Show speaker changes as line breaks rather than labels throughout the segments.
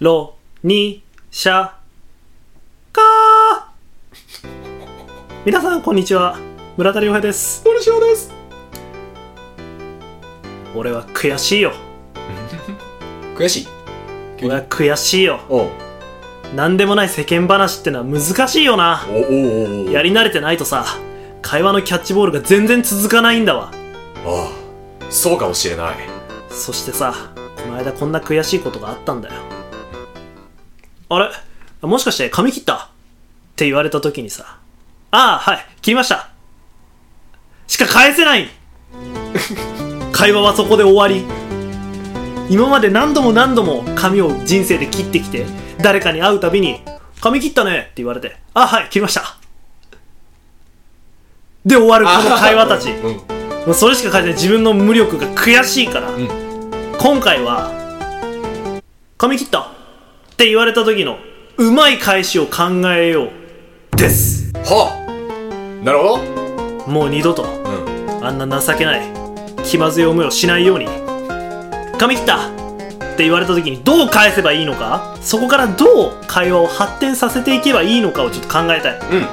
ろにしゃか皆さんこんにちは村田亮平です
森塩です
俺は悔しいよ
悔しい
俺は悔しいよ
おう
何でもない世間話ってのは難しいよな
おおおおお
やり慣れてないとさ会話のキャッチボールが全然続かないんだわ
ああそうかもしれない
そしてさこの間こんな悔しいことがあったんだよあれもしかして髪切ったって言われた時にさ「ああはい切りました」しか返せない会話はそこで終わり今まで何度も何度も髪を人生で切ってきて誰かに会うたびに「髪切ったね」って言われて「ああはい切りました」で終わるこの会話たち
うんうん
もうそれしか書いてない自分の無力が悔しいから、
ん
今回は「髪切った!」って言われた時のうまい返しを考えようです
はあなるほど
もう二度と
うん
あんな情けない気まずい思いをしないように「髪切った!」って言われた時にどう返せばいいのかそこからどう会話を発展させていけばいいのかをちょっと考えたい
うん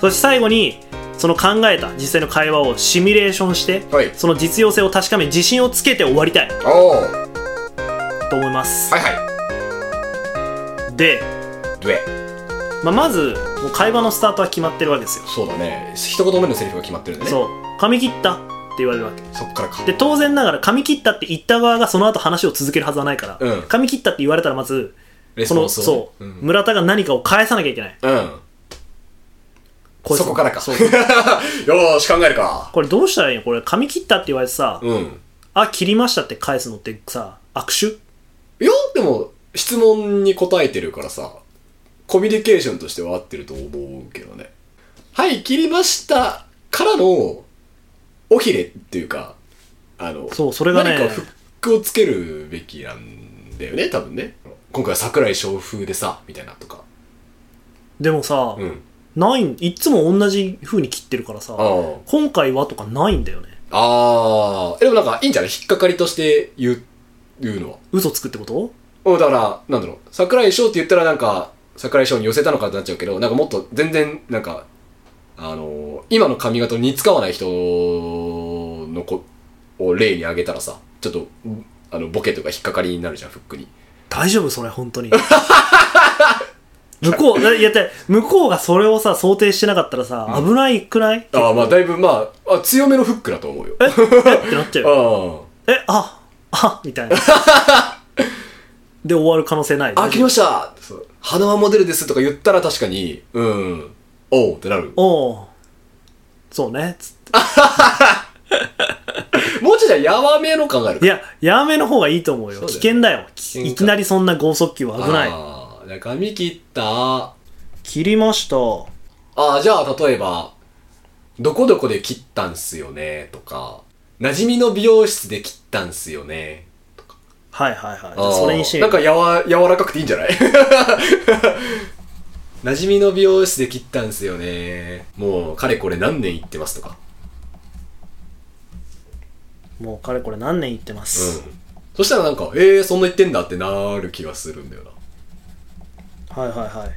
そして最後にその考えた実際の会話をシミュレーションして、
はい
その実用性を確かめ自信をつけて終わりたい
おおは
と思います、
いは
で、
いどえ
まあ、まずもう会話のスタートは決まってるわけですよ
そうだね一言目のセリフが決まってるんでね
そう髪切ったって言われるわけ
そっからか
で当然ながら髪切ったって言った側がその後話を続けるはずはないから、
うん
髪切ったって言われたらまず
レス
そ
ポン
の
スを
そう、
うん
村田が何かを返さなきゃいけない
うん
こいつ
そこからか
そう
よーし考えるか
これどうしたらいいのこれ髪切ったって言われてさ、
うん
あ切りましたって返すのってさ握手
いやでも質問に答えてるからさコミュニケーションとしては合ってると思うけどねはい切りましたからのおひれっていうかあの
そうそれがね
何かフックをつけるべきなんだよね多分ね今回は桜井翔風でさみたいなとか
でもさ、
うん
ないいっつも同じ風に切ってるからさ
ああ
今回はとかないんだよね
あーでもなんかいいんじゃない引っかかりとして言う言うのは
嘘つくってこと
うん、だから、なんだろう、桜井翔って言ったらなんか、桜井翔に寄せたのかってなっちゃうけど、なんかもっと全然、なんか、あのー今の髪型を似つかわない人の子を例に挙げたらさ、ちょっと、あの、ボケとか引っかかりになるじゃん、フックに。
大丈夫それ本当に向こうだいやだって向こうがそれをさ想定してなかったらさ、危ないくないえ
ああ、まあ、だいぶ、まあ、あ強めのフックだと思うよ。あ
ってなっちゃうよ
あ。
えああみたいなで終わる可能性ない
あ、切りましたそう花輪モデルですとか言ったら確かに、うん、おうってなる。
おおそうねつって
もうちょいじゃあやわめの考える
いややめの方がいいと思うよ
そうだ
危
よ
険だよ
険か
いきなりそんな剛速球は危ない
ああ、じゃあ髪切った。
切りました
ああ、じゃあ、例えば、どこどこで切ったんすよね、とか、馴染みの美容室で切ったんすよね。
はいはいはいじゃあそれにして
なんかやわ、柔らかくていいんじゃない 馴染みの美容室で切ったんすよね。もう、かれこれ何年行ってますとか。
もうかれこれ何年言ってま
うん
す、。
そしたらなんか、えー、そんな言ってんだってなる気がするんだよな。
はいはいはい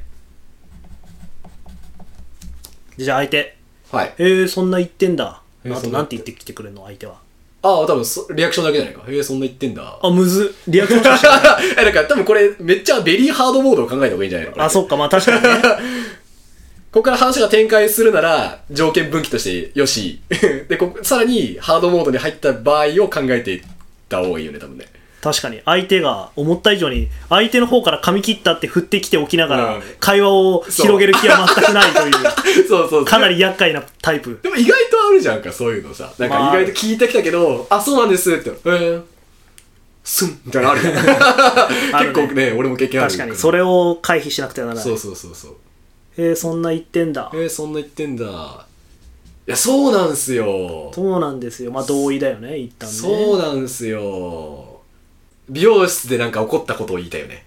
じゃあ相手
はい。
えー、そんな言ってんだ。
えー
あ
そ
と、
んな
なんて言ってきてくれるの、相手は。
ああ、多分そ、リアクションだけじゃないか。えー、そんな言ってんだ。
あ、むずっ。リアクションしかしない
え、なんか多分これ、めっちゃベリーハードモードを考えた方がいいんじゃないのかな
あ、そっか、まあ確かにね。
ここから話が展開するなら、条件分岐としてよし。 で、ここさらにハードモードに入った場合を考えていった方がいいよね、多分ね。
確かに。相手が思った以上に、相手の方から髪切ったって振ってきておきながら、
うん
会話を広げる気は全くないという、
そうそう
かな
り。
り厄介なタイプ。
でも意外とあるじゃんか、そういうのさ。なんか
まあ
意外と聞いてきたけど、あ、そうなんですって。えー、すんみたいなのあるじゃん
あるね
結構ね、俺も経験ある
確かに。それを回避しなくてはならな
そ。
いう
そうそうそう。
えー、そんな言ってんだ
え。ー、そんな言ってんだ。いや、そうなんすよ。
そうなんですよ。まあ同意だよね、一旦ね。
そうなんすよ。美容室でなんか怒ったことを言いたいよね。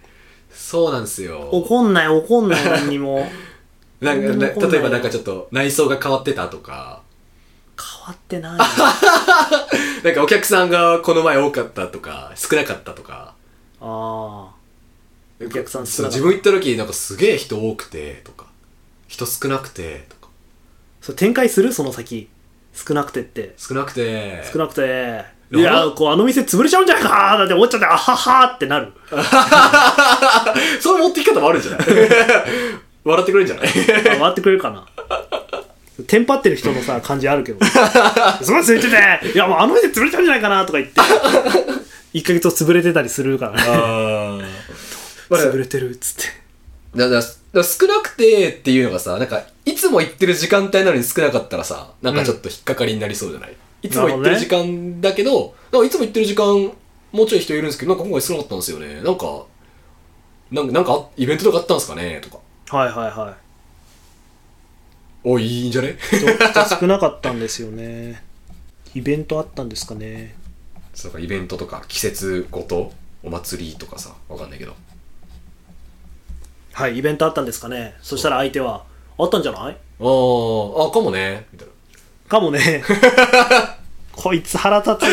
そうなんすよ。
怒んない、怒んない、何にも。
なんか、
何で
な
も怒んない
例えばなんかちょっと内装が変わってたとか、
変わってない。
なんかお客さんがこの前多かったとか、少なかったとか、
ああ。お客さん少
そう
なか
自
った
分行った時なんかすげえ人多くてとか人少なくてとか
それ展開するその先少なくてって
少なくて
少なくて
い
い
や
やこうあの店潰れちゃうんじゃないかなーなんて思っちゃってあははーってなる
その持ってき方もあるんじゃない 笑ってくれるんじゃない
あ回ってくれるかなテンパってる人のさ感じある けどすごいついてていやもうあの店潰れちゃうんじゃないかなとか言って1ヶ月を潰れてたりするからね
あ あ
潰れてるっつって
だだだから少なくてっていうのがさなんかいつも行ってる時間帯なのに少なかったらさなんかちょっと引っかかりになりそうじゃない、いつも行ってる時間だけどなんかいつも行ってる時間もうちょい人いるんですけどなんか今回少なかったんですよねなんかなんかなんかイベントとかあったんですかねとか
はいはいは
おいいいんじゃね
いちょっと少なかったんですよねイベントあったんですかね
そうかイベントとか季節ごとお祭りとかさわかんないけど
はいイベントあったんですかねそしたら相手はあったんじゃない
あーあかもねみたいな
かも ねこいつ腹立つ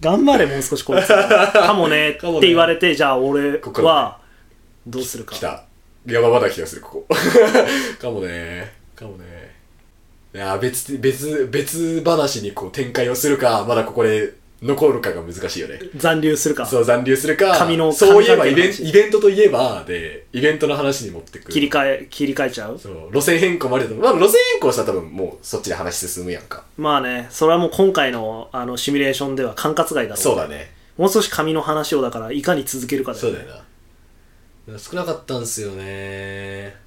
頑張れもう少しこいつかもねって
かもね
言われてじゃあ俺
こから
はどうするか
来た山場だ気がす るここかもねかもねいやー別別別話にこう展開をするかまだここで残るかが難しいよね
残留するか
そう残留するか
紙の
そういえばイ
紙関係の
ベン
話
イベントといえばでイベントの話に持ってく
切り替え切り替えちゃう
そう路線変更もあるとまあ路線変更したら多分もうそっちで話進むやんか
まあねそれはもう今回のあのシミュレーションでは管轄外だろう
そうだね
もう少し紙の話をだからいかに続けるかだ
そ
よ
う
ね
だよなな少なかったんすよね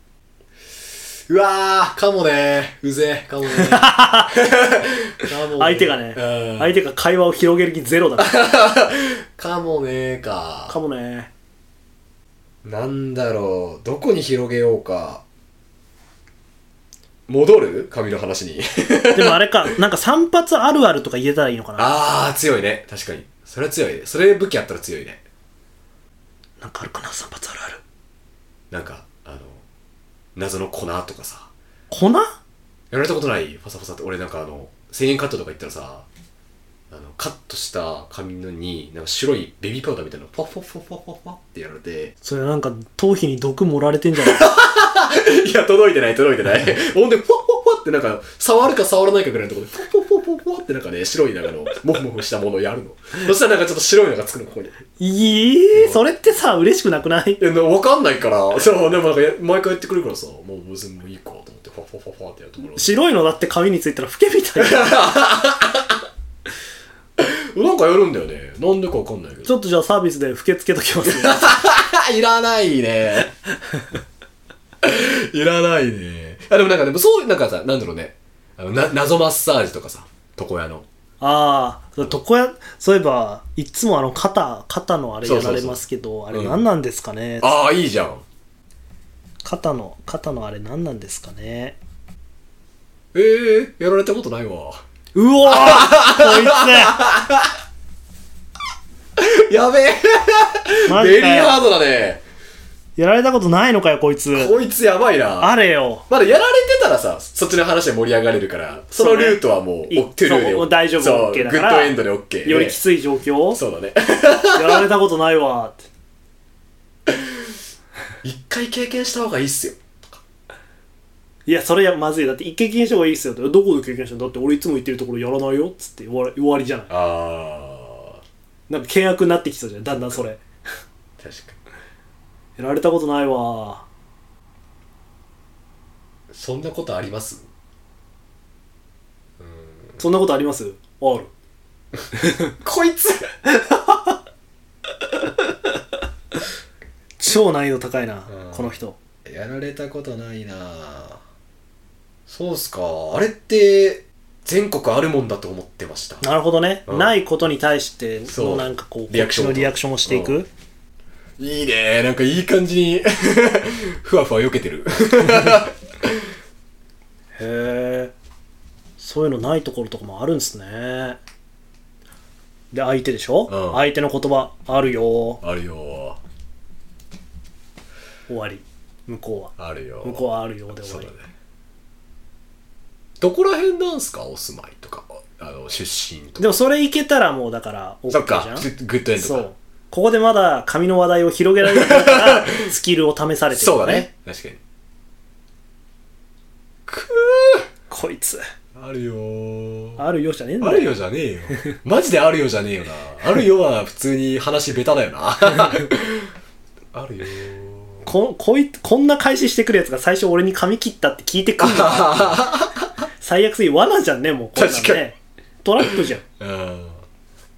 うわーかもねうぜえかも ねかもね
相手がね
うん
相手が会話を広げる気ゼロだから
かもねーか
かもね
なんだろうどこに広げようか戻る髪の 話に
でもあれかなんか散髪あるあるとか言えたらいいのかな
ああ強いね確かにそれは強いねそれ武器あったら強いね
なんかあるかな散髪あるある
なんかあの謎の粉とかさ
粉
やられたことないパサパサって俺なんかあの1000円カットとか言ったらさあのカットした髪のになんか白いベビーパウダーみたいなのポッポッポッポッポッポッってやられて
それなんか頭皮に毒盛られてんじゃない
いや届いてない届いてないほんでポッポッポッってなんか触るか触らないかぐらいのところでポッポッポッポッポッってなんかね白いなんかのモフモフしたものをやるのそしたらなんかちょっと白いのがつくのここに
いいそれってさ嬉しくなくない
えなわかんないからそうでもなんかや毎回やってくるからさもう別にもういいかと思ってポッポッポッポッってやるところ
白いのだって髪についたらフケみ たいな
なんかやるんだよねなんでかわかんないけど
ちょっとじゃあサービスでフケつけときます よ
いらないね。 いらないね。あ、でもなんか、でもそう、なんかさ、なんだろうね。あの、な、謎マッサージとかさ、床屋の。
ああ床屋そういえばいっつもあの肩肩のあれ
そう
や
そうそ
ら
う
れますけどあ
う
れ
ん
何なんですかね、
ああ、いいじゃん。
肩の肩のあれ何なんですかね
ええやられたことないわ。
うわーこ
やべえ
い つマジ
ベリーハ
か
ードだね。
やられたことないのかよこいつ
こいつやばいな。
あれよ
まだやられてたらさ、そっちの話で盛り上がれるから、その
そうね
ルートはもう、
い
オットゥルーで
そう大丈夫
そう
OK だ
グ
か
ッ
ら
ドエンドで OK。
よりきつい状況を
そうだね。
やられたことないわーって
一回経験した方がいいっすよ。
いや、それやまずい。だって、一回経験した方がいいですよって。どこで経験したのだって、俺いつも行ってるところやらないよっつって終わり終わりじゃない。
あ
なんか、険悪になってきそうじゃん。だんだんそれ。
あ、確かに。
やられたことないわ
そんなことあります
そんなことありますある。
こいつ
超難易度高いな
うん、
この人。
やられたことないなぁそうっすかあれって全国あるもんだと思ってました
なるほどね。
うん
ないことに対して
そう
の、なんかこう、
リ
こ
ア
っ
ク
ち
ション
のリアクションをしていく。
うんいいねなんかいい感じに ふわふわよけてる
へえ。そういうのないところとかもあるんですね。で、相手でしょ、
うん
相手の言葉、あるよ
あるよ
終わり。向こうは。
あるよ
向こうはあるよで終
そう
わ
だ
り
ね。どこら辺なんすかお住まいとかあの出身と
で
か
もそれいけたらもうだから OK
そっ
じゃ
か
ん
グッグッドエンドか
そうここでまだ髪の話題を広げられなかったら スキルを試されてる
そ
よ
うだね。確かに。く
こいつ
ーあるよー。
あるよじゃねえんだ
あるよじゃねえよ。 マジであるよじゃねえよな。あるよは普通に話ベタだよな。 あるよー。
ここいこんな開始してくるやつが最初俺に髪切ったって聞いて くるんだ最悪すぎ罠じゃんねもうこんなんね
確かに
トラップじゃん
うん。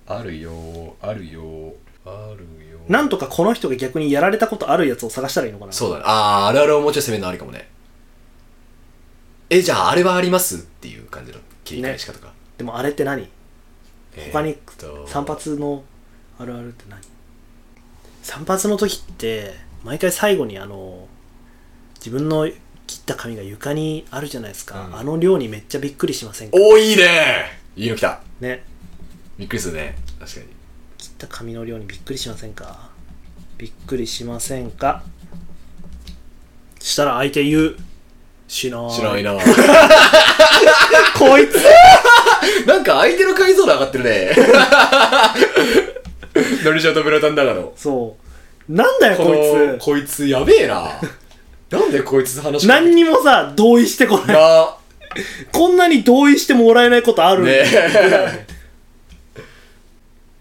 あるよー、あるよー、あるよー。
なんとかこの人が逆にやられたことあるやつを探したらいいのかな
そうだね。ああ、あるあるをもうちょい攻めるのありかもね。え、じゃああれはありますっていう感じの切り返し方か。
でもあれって何他に
えーっと
散髪のあるあるって何散髪の時って毎回最後にあの自分の切った髪が床にあるじゃないですか、
うん
あの量にめっちゃびっくりしませんか
おー、いいねいいの来た。
ね
びっくりするね。確かに。
切った髪の量にびっくりしませんかびっくりしませんかしたら相手言うしなー
知らないな
こいつ
なんか相手の解像度上がってるね。 ノリジョとブラタンだがの。
そうなんだよ
こ
こ
の
い
こいつやべ えな。なんでこいつ話
つ
しかけ
何にもさ同意してこない
な
こんなに同意してもらえないことある
ねえ。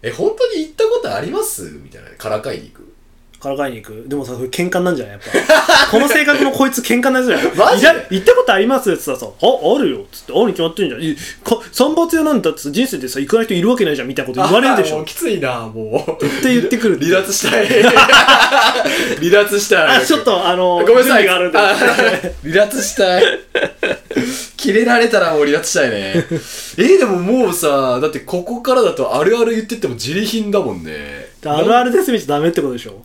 え、本当に行ったことありますみたいな。からかいに行く。
からかいに行くでもさそれ喧嘩になんじゃないやっぱ この性格のこいつ喧嘩になるじゃない
マジで
いや行ったことありますって言ったらさ「ああるよ」っつって「あるに決まってんじゃんいか散髪屋なんだって人生でさ行かない人いるわけないじゃん」みたいなこと言われるでし
あも
ょ
う
っ
きついな、もう。
て言ってくる
離脱したい。 離脱したい。
あちょっ。とあの
ごめんなさい。
準備があるんで
あ離脱したい。切れられたらもう離脱したいね。えーでももうさ、だってここからだとあるある言ってっても自利品だもんね。
あるあるで攻めちゃダメってことでし ょ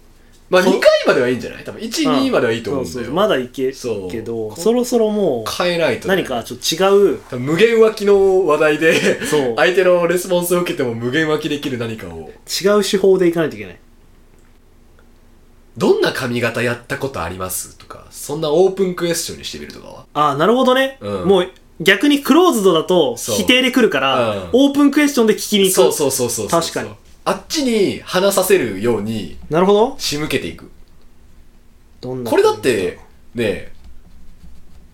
まあ2回まではいいんじゃない多分1、2まではいいと思うん
そ
だ
う
よ。
そうまだいけ
そう
けどそろそろもう
変えないとね。
何かちょっと違う
多分無限湧きの話題で
そう
相手のレスポンスを受けても無限湧きできる何かを
違う手法でいかないといけない
どんな髪型やったことありますとかそんなオープンクエスチョンにしてみるとかは
ああなるほどね、
うん
もう逆にクローズドだと
そう
否定で来るから、
うん
オープンクエスチョンで聞きに行く
そうそうそうそうそう
確かに
あっちに話させるように
なるほど
仕向けていく
どんな
これだってねえ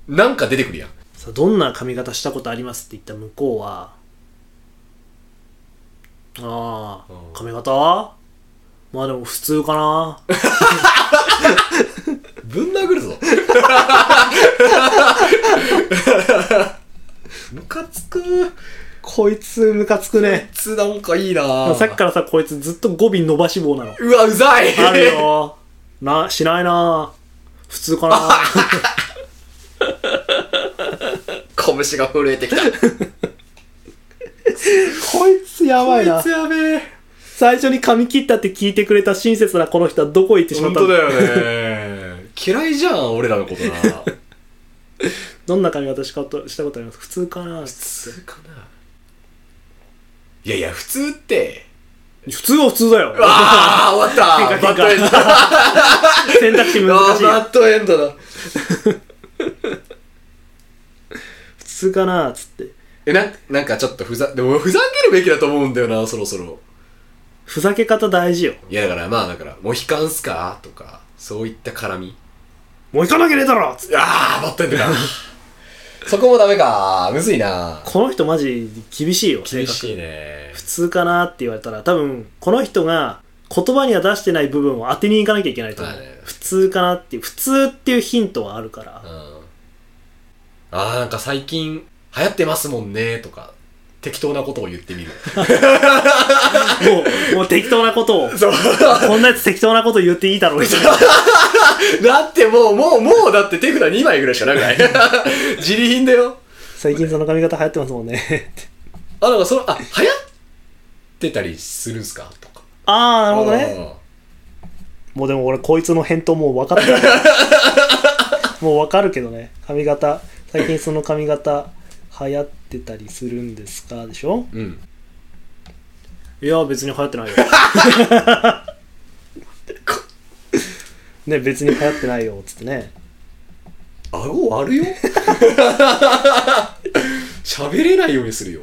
なんか出てくるやん
さあどんな髪型したことありますって言った向こうはああ
うん
髪型はまあでも普通かな
ぶん殴るぞムカつく
こいつムカつくね
つなんかいいな
さっきからさこいつずっと語尾伸ばし棒なの
うわうざい
あるよなしないな普通かな
拳が震えてき た
こいつやばい
こ
ない
つやべえ
最初に髪切ったって聞いてくれた親切なこの人はどこ行ってしま
本
った
当
の
だよね 嫌いじゃん俺らのことな 普
どんな髪型しかとしたことあります普通かな
通かないやいや普通って
普通は 普通だよ
ああ終わった
喧 嘩
バッドエンドだ
選択肢難
あ
しい
ーバッドエンドだ
普通かなつって
えなんなんかちょっとふざでもふざけるべきだと思うんだよなそろそろ
ふざけ方大事よ
いやだからまあだから「モヒカンっすか?」とかそういった絡み
もう行かなきゃねえだろつって
ああバッドエンドだ そこもダメかむずいな
この人マジ厳しいよ性
厳
格
しいね
普通かなって言われたら多分この人が言葉には出してない部分を当てに行かなきゃいけないと思う、
はい
普通かなっていう普通っていうヒントはあるから、
うんあーなんか最近流行ってますもんねとか適当なことを言ってみる
もうもう適当なことを
そう
こんなやつ適当なこと言っていいだろうみたいな
だってもうもうもうだって手札2枚ぐらいしかなく ない自利品だよ
最近その髪型流行ってますもんね
あなんかそのあ流行ってたりするんすかとか
ああなるほどね
ね
もうでも俺こいつの返答もう分かった もう分かるけどね髪型最近その髪型流行ってたりするんですかでしょ
うん
いや別に流行ってないよ ね別に流行ってないよつってね
顎割るよ 喋れないようにするよ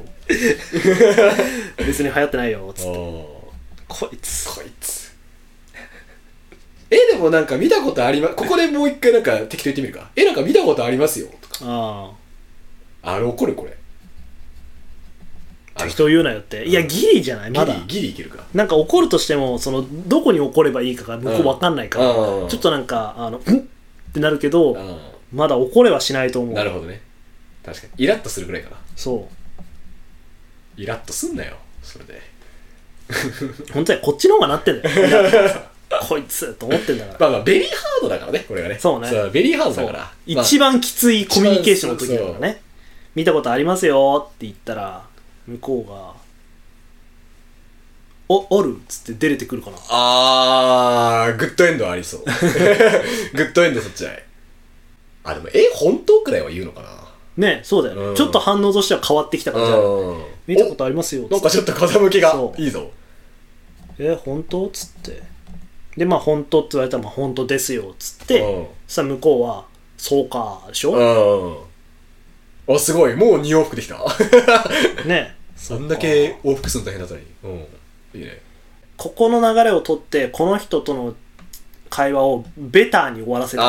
別に流行ってないよつって
こ
こいつ
いつもなんか見たことありますここでもう一回なんか適当言ってみるかえなんか見たことありますよとか
あ
あれ怒るこれ
あ適当言うなよっていやギリじゃないまだ
ギリギリいけるか
なんか怒るとしてもそのどこに怒ればいいかが向こう分かんないから、
うん
ちょっとなんかあのうんってなるけど、
あ
まだ怒れはしないと思
あ
う
なるほどね確かにイラッとするぐらいかな
そ
イラッとすんなよそれで
う本当はこっちの方がなってん だよこいつと思ってんだから
まあまあベリーハードだからねこれがね
そうね
ベリーハードだ
そう
から、まあ
一番きついコミュニケーションの時だからね見たことありますよって言ったら向こうが「おある」っつって出れてくるかな
あー、グッドエンドあ りそう。グッドエンドそっちだい。あ、でも、え、本当くらいは言うのかな
ねそうだよね、
うん
ちょっと反応としては変わってきたからじゃあ
うん。
見たことありますよっ
おな
つっ
ん
て
かちょっと風向きが
そう
いいぞ。
「え本当?」っつってでまあ「本当?」って言われたら「まあ本当ですよ」っつっ
う
て、
ん。
さあ向こうは「そうか」でしょ、
うん。あ、すごい。もう2往復できた。
ね
そんだけ往復するの大変だったのに。うん。いいね。
ここの流れを取ってこの人との会話をベターに終わらせた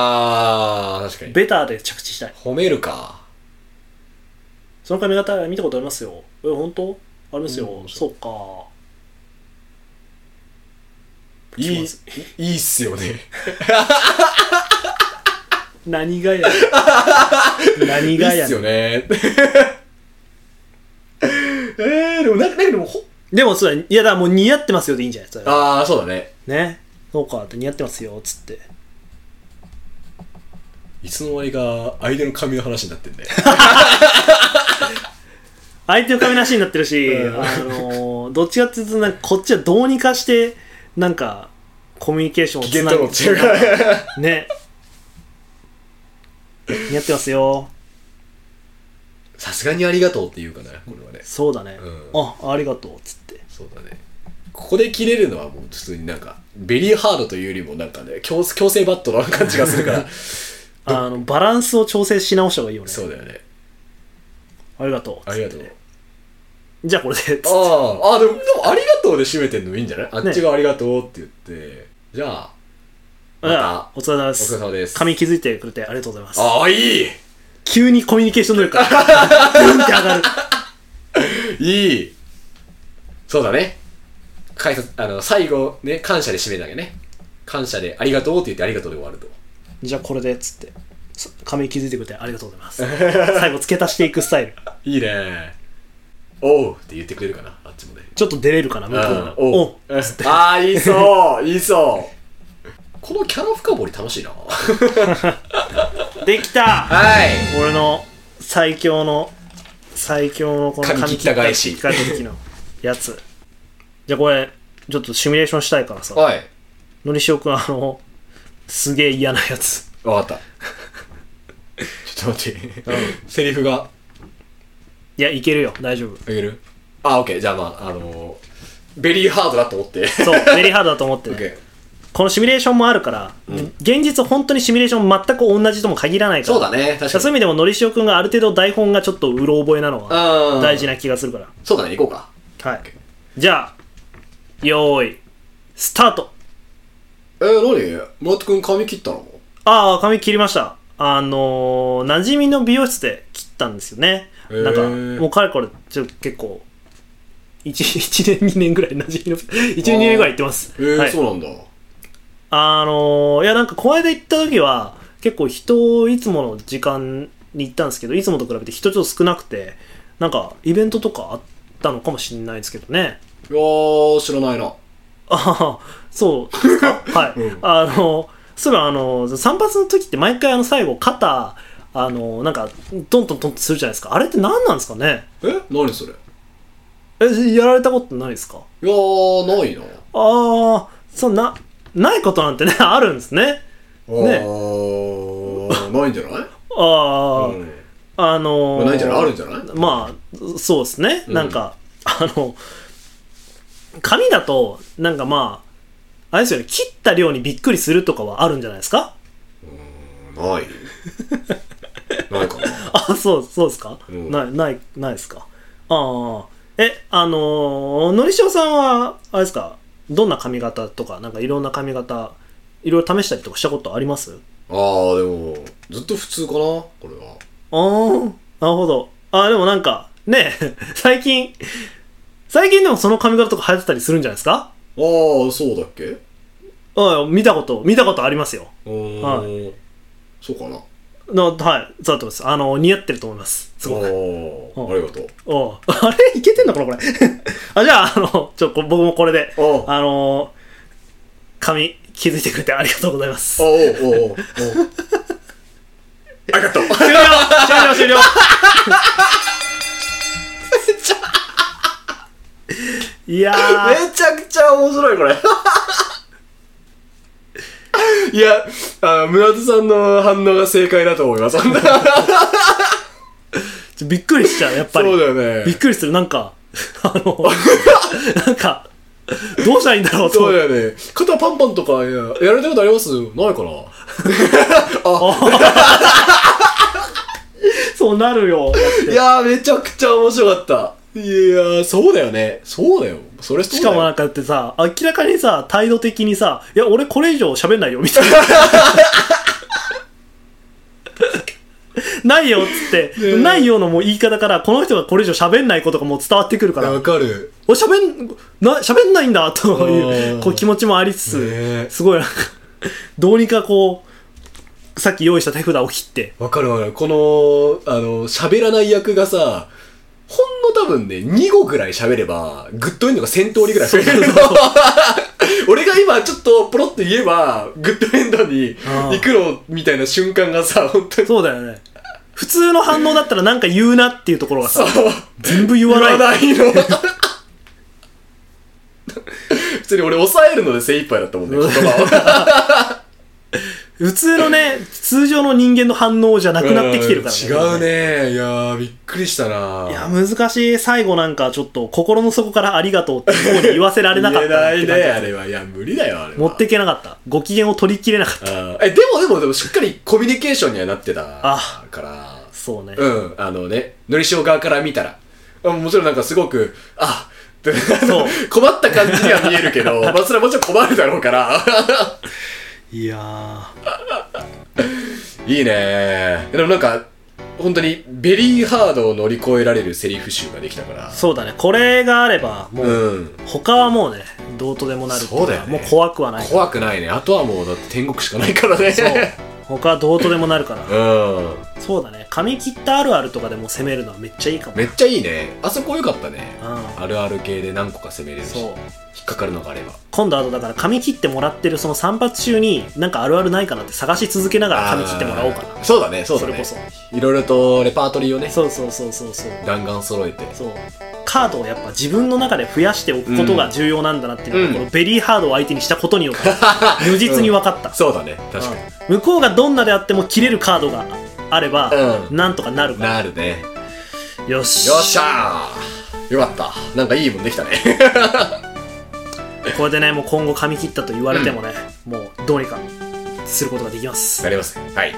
あー、確かに。
ベターで着地したい
褒めるか。
その髪型見たことありますよえ本当ありますよ、
うん
そうか
いい
気まず、
いいっすよね。
何がや 何
い
が
いっ
や
すよね。 えー、でも、なんか、なんかでも、ほ、
でもそうだいやだからもう似合ってますよでいいんじゃないですか
あー、そうだね。
ねそうかって似合ってますよつって
いつの間にか相手の髪の話になってんだよ。
相手の髪なしになってるし、
うん
あのーどっちかっていうとなんかこっちはどうにかしてなんかコミュニケーションを
機
つ
嫌
な
取ろう っていうか。
ぐね似合ってますよ
さすがにありがとうって言うかな、これはね。
そうだね、
うん
あありがとうっつって
そうだね。ここで切れるのはもう普通になんか、ベリーハードというよりもなんかね、強強制バットの感じがするから。
あのバランスを調整し直した方がいいよね
そうだよね。
ありがとうっつって
ありがとう。
じゃあこれでっつって
ああ、あ、でも、でもありがとうで締めてんのもいいんじゃないあっちがありがとうって言って。じゃあ、また、
お疲れ様で
お疲
す
れ様です。
髪気づいてくれてありがとうございます
ああ、いい
急にコミュニケーション能力が グンって上がる
いいそうだね。解説、あの、最後ね、感謝で締めてあげね。感謝でありがとうって言ってありがとうで終わると。
じゃあこれでっつってそ髪気づいてくれてありがとうございます最後付け足していくスタイル
いいねおうって言ってくれるかな、あっちもね。
ちょっと出れるかな向こうが
うん
お
おうああ、いいそういいそうこのキャラ深掘り楽しいな。は
できた
い。
俺の最強の最強のこの
髪切った返し
髪切った時のやつじゃあこれちょっとシミュレーションしたいからさ
はい。
のりしおくんあのすげえ嫌なやつ
わかった。ちょっと待って。セリフが、
いやいけるよ大丈夫
あげるあ、オッケー。じゃあまあ、あのー、ベリーハードだと思って。
そうベリーハードだと思って
オッケ
ね
ー。
このシミュレーションもあるから、現実本当にシミュレーション全く同じとも限らないから
そうだね、確
そう
か
いう意味
に。
でものりしおくんがある程度台本がちょっとうろ覚えなのは
うん
大事な気がするから
そうだね、行こうか。
はいじゃあよーいスタート
えー、何村田君髪切ったの
ああ髪切りましたあのー、馴染みの美容室で切ったんですよね
へー
なんかもうかれこれちょっと結構 1, 1年2年ぐらい馴染みの1年2年 ぐらい行ってます
えー
はい、
そうなんだ。
あのー、いやなんかこの間行った時は結構人いつもの時間に行ったんですけどいつもと比べて人ちょっと少なくてなんかイベントとかあったのかもしれないですけどね
いやー、知らないな。
ああそうですかはい、
うん
あのそういえばあの散髪の時って毎回あの最後肩あのなんかトントントンってするじゃないですかあれって何なんですかね
え何それい
えやられたことないですか
やー、ないな。
ああそうなないことなんてね あるんですね
ねないんじゃない
ああ、
うん
あのー
まあないんじゃないあるんじゃない
まあそうですね、
うん
なんかあの紙だとなんかまああれですよね切った量にびっくりするとかはあるんじゃないですか
ない。 ないかな。
あそうそうですか、
うん
ないないないですかああえあのーのりしおさんはあれですかどんな髪型とかなんかいろんな髪型いろいろ試したりとかしたことあります
ああ、でも、ずっと普通かなこれは。
あー、なるほど。あー、でもなんか、ね え最近、最近でもその髪型とか流行ってたりするんじゃないですか
ああ、そうだっけ
うん、見たこと、見たことありますよ。
はそうかな。あ
の、はい、そうだと思います。あの、似合ってると思います。すごく。
あ、ありがとう。
おうあれいけてんのかなこれ。 あ、じゃあ、あの、ちょ、こ僕もこれで、
ああ、あ
あの、髪、気づいてくれてありがとうございます。
おうおうおうおう ありがとう。
終了終了終了 いやー。
めちゃくちゃ面白いこれ いやあの村田さんの反応が正解だと思いますそう
ちょびっくりしちゃう、やっぱり。
だよね
びっくりする、なんか、あの、 なんか、どうしたらいいんだろうと
そ
思
う
う。
だよね肩パンパンとかややられたことありますないかなあ
そうなるよ。だって
いやーめちゃくちゃ面白かったいやーそうだよねそうだよそれ
しかも
な
なんかだってさ、明らかにさ、態度的にさ、いや、俺これ以上喋んないよ、みたいな。ないよっつって、
ねえ
ないよのもう言い方から、この人がこれ以上喋んないことがもう伝わってくるから、
わかる
俺喋ん、な、喋んないんだ、とい
あー
う、こう気持ちもありつつ、
ねえ
すごいなんか、どうにかこう、さっき用意した手札を切って、
わかるわかるこのあの喋らない役がさほんの多分ね2語ぐらい喋ればグッドエンドが1000通りぐらい喋れ るの俺が今ちょっとポロッと言えばグッドエンドに
ああ
行くのみたいな瞬間がさ本当に
そうだよね。普通の反応だったらなんか言うなっていうところが
そ
さ
う、
全部言わ
言
な
わ
い。
ないの 普通に俺抑えるので精一杯だったもんね言葉を
普通のね、通常の人間の反応じゃなくなってきてるから
うん違う。ねいやーびっくりしたない
いや、難しい。最後なんかちょっと心の底からありがとうって方に言わせられなかったなって
言え
感
ないねあ
じ
れはいや無理だよあれは
持っていけなかった。ご機嫌を取りきれなかった。
あーえでもでもでもしっかりコミュニケーションにはなってた
あ
から
そうね。
うんあのねのりしお側から見たらあもちろんなんかすごくあって
そう
困った感じには見えるけ どまあそれはもちろん困るだろうから
いやー。
いいねでもなんか本当にベリーハードを乗り越えられるセリフ集ができたから
そうだね。これがあれば、もう、
うん
他はもうね、どうとでもなるっていか
そうだよね
もう怖くはない。
怖くないねあとはもうだって天国しかないからね
そう。他はどうとでもなるから。
うん
そうだね。髪切ったあるあるとかでも攻めるのはめっちゃいいかも。
めっちゃいいねあそこ良かったね
う
あるある系で何個か攻めれる
ん。
し
そう
引。っかかるのがあれば
今度あとだから髪切ってもらってるその散髪中になんかあるあるないかなって探し続けながら髪切ってもらおうかな
あーそうだねそうだ
それ
ね
こそ
いろいろとレパートリーをね
そうそうそうそうそう
弾丸揃えて
そうカードをやっぱ自分の中で増やしておくことが重要なんだなっていうのが、
うん
このベリーハードを相手にしたことによって 如実に分かった、
そうだね確か
うん向こうがどんなであっても切れるカードがあれば、
う
なんとかなる
に
か
なるね
らよし
よっしゃーよかったなんかいいもんできたね
これでねもう今後髪切ったと言われてもね、もうどうにかすることができます
なりますねはい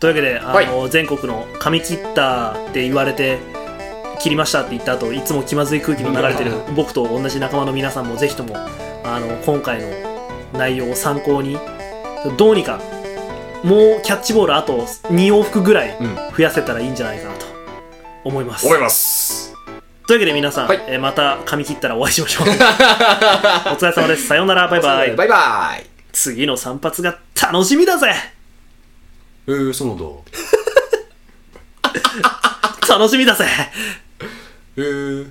というわけであの、全国の「髪切った」って言われて「切りました」って言った後いつも気まずい空気の流れてる
う
僕と同じ仲間の皆さんもぜひともあの今回の内容を参考にどうにかもうキャッチボールあと2往復ぐらい
うん
増やせたらいいんじゃないかなと思います。
思います
というわけで皆さん、
はい
えーまた髪切ったらお会いしま しょう。お疲れ様です。さようなら、バイバイ。
バイバイ
次の散髪が楽しみだぜ
えー、そうなんだ
楽しみだぜ
えー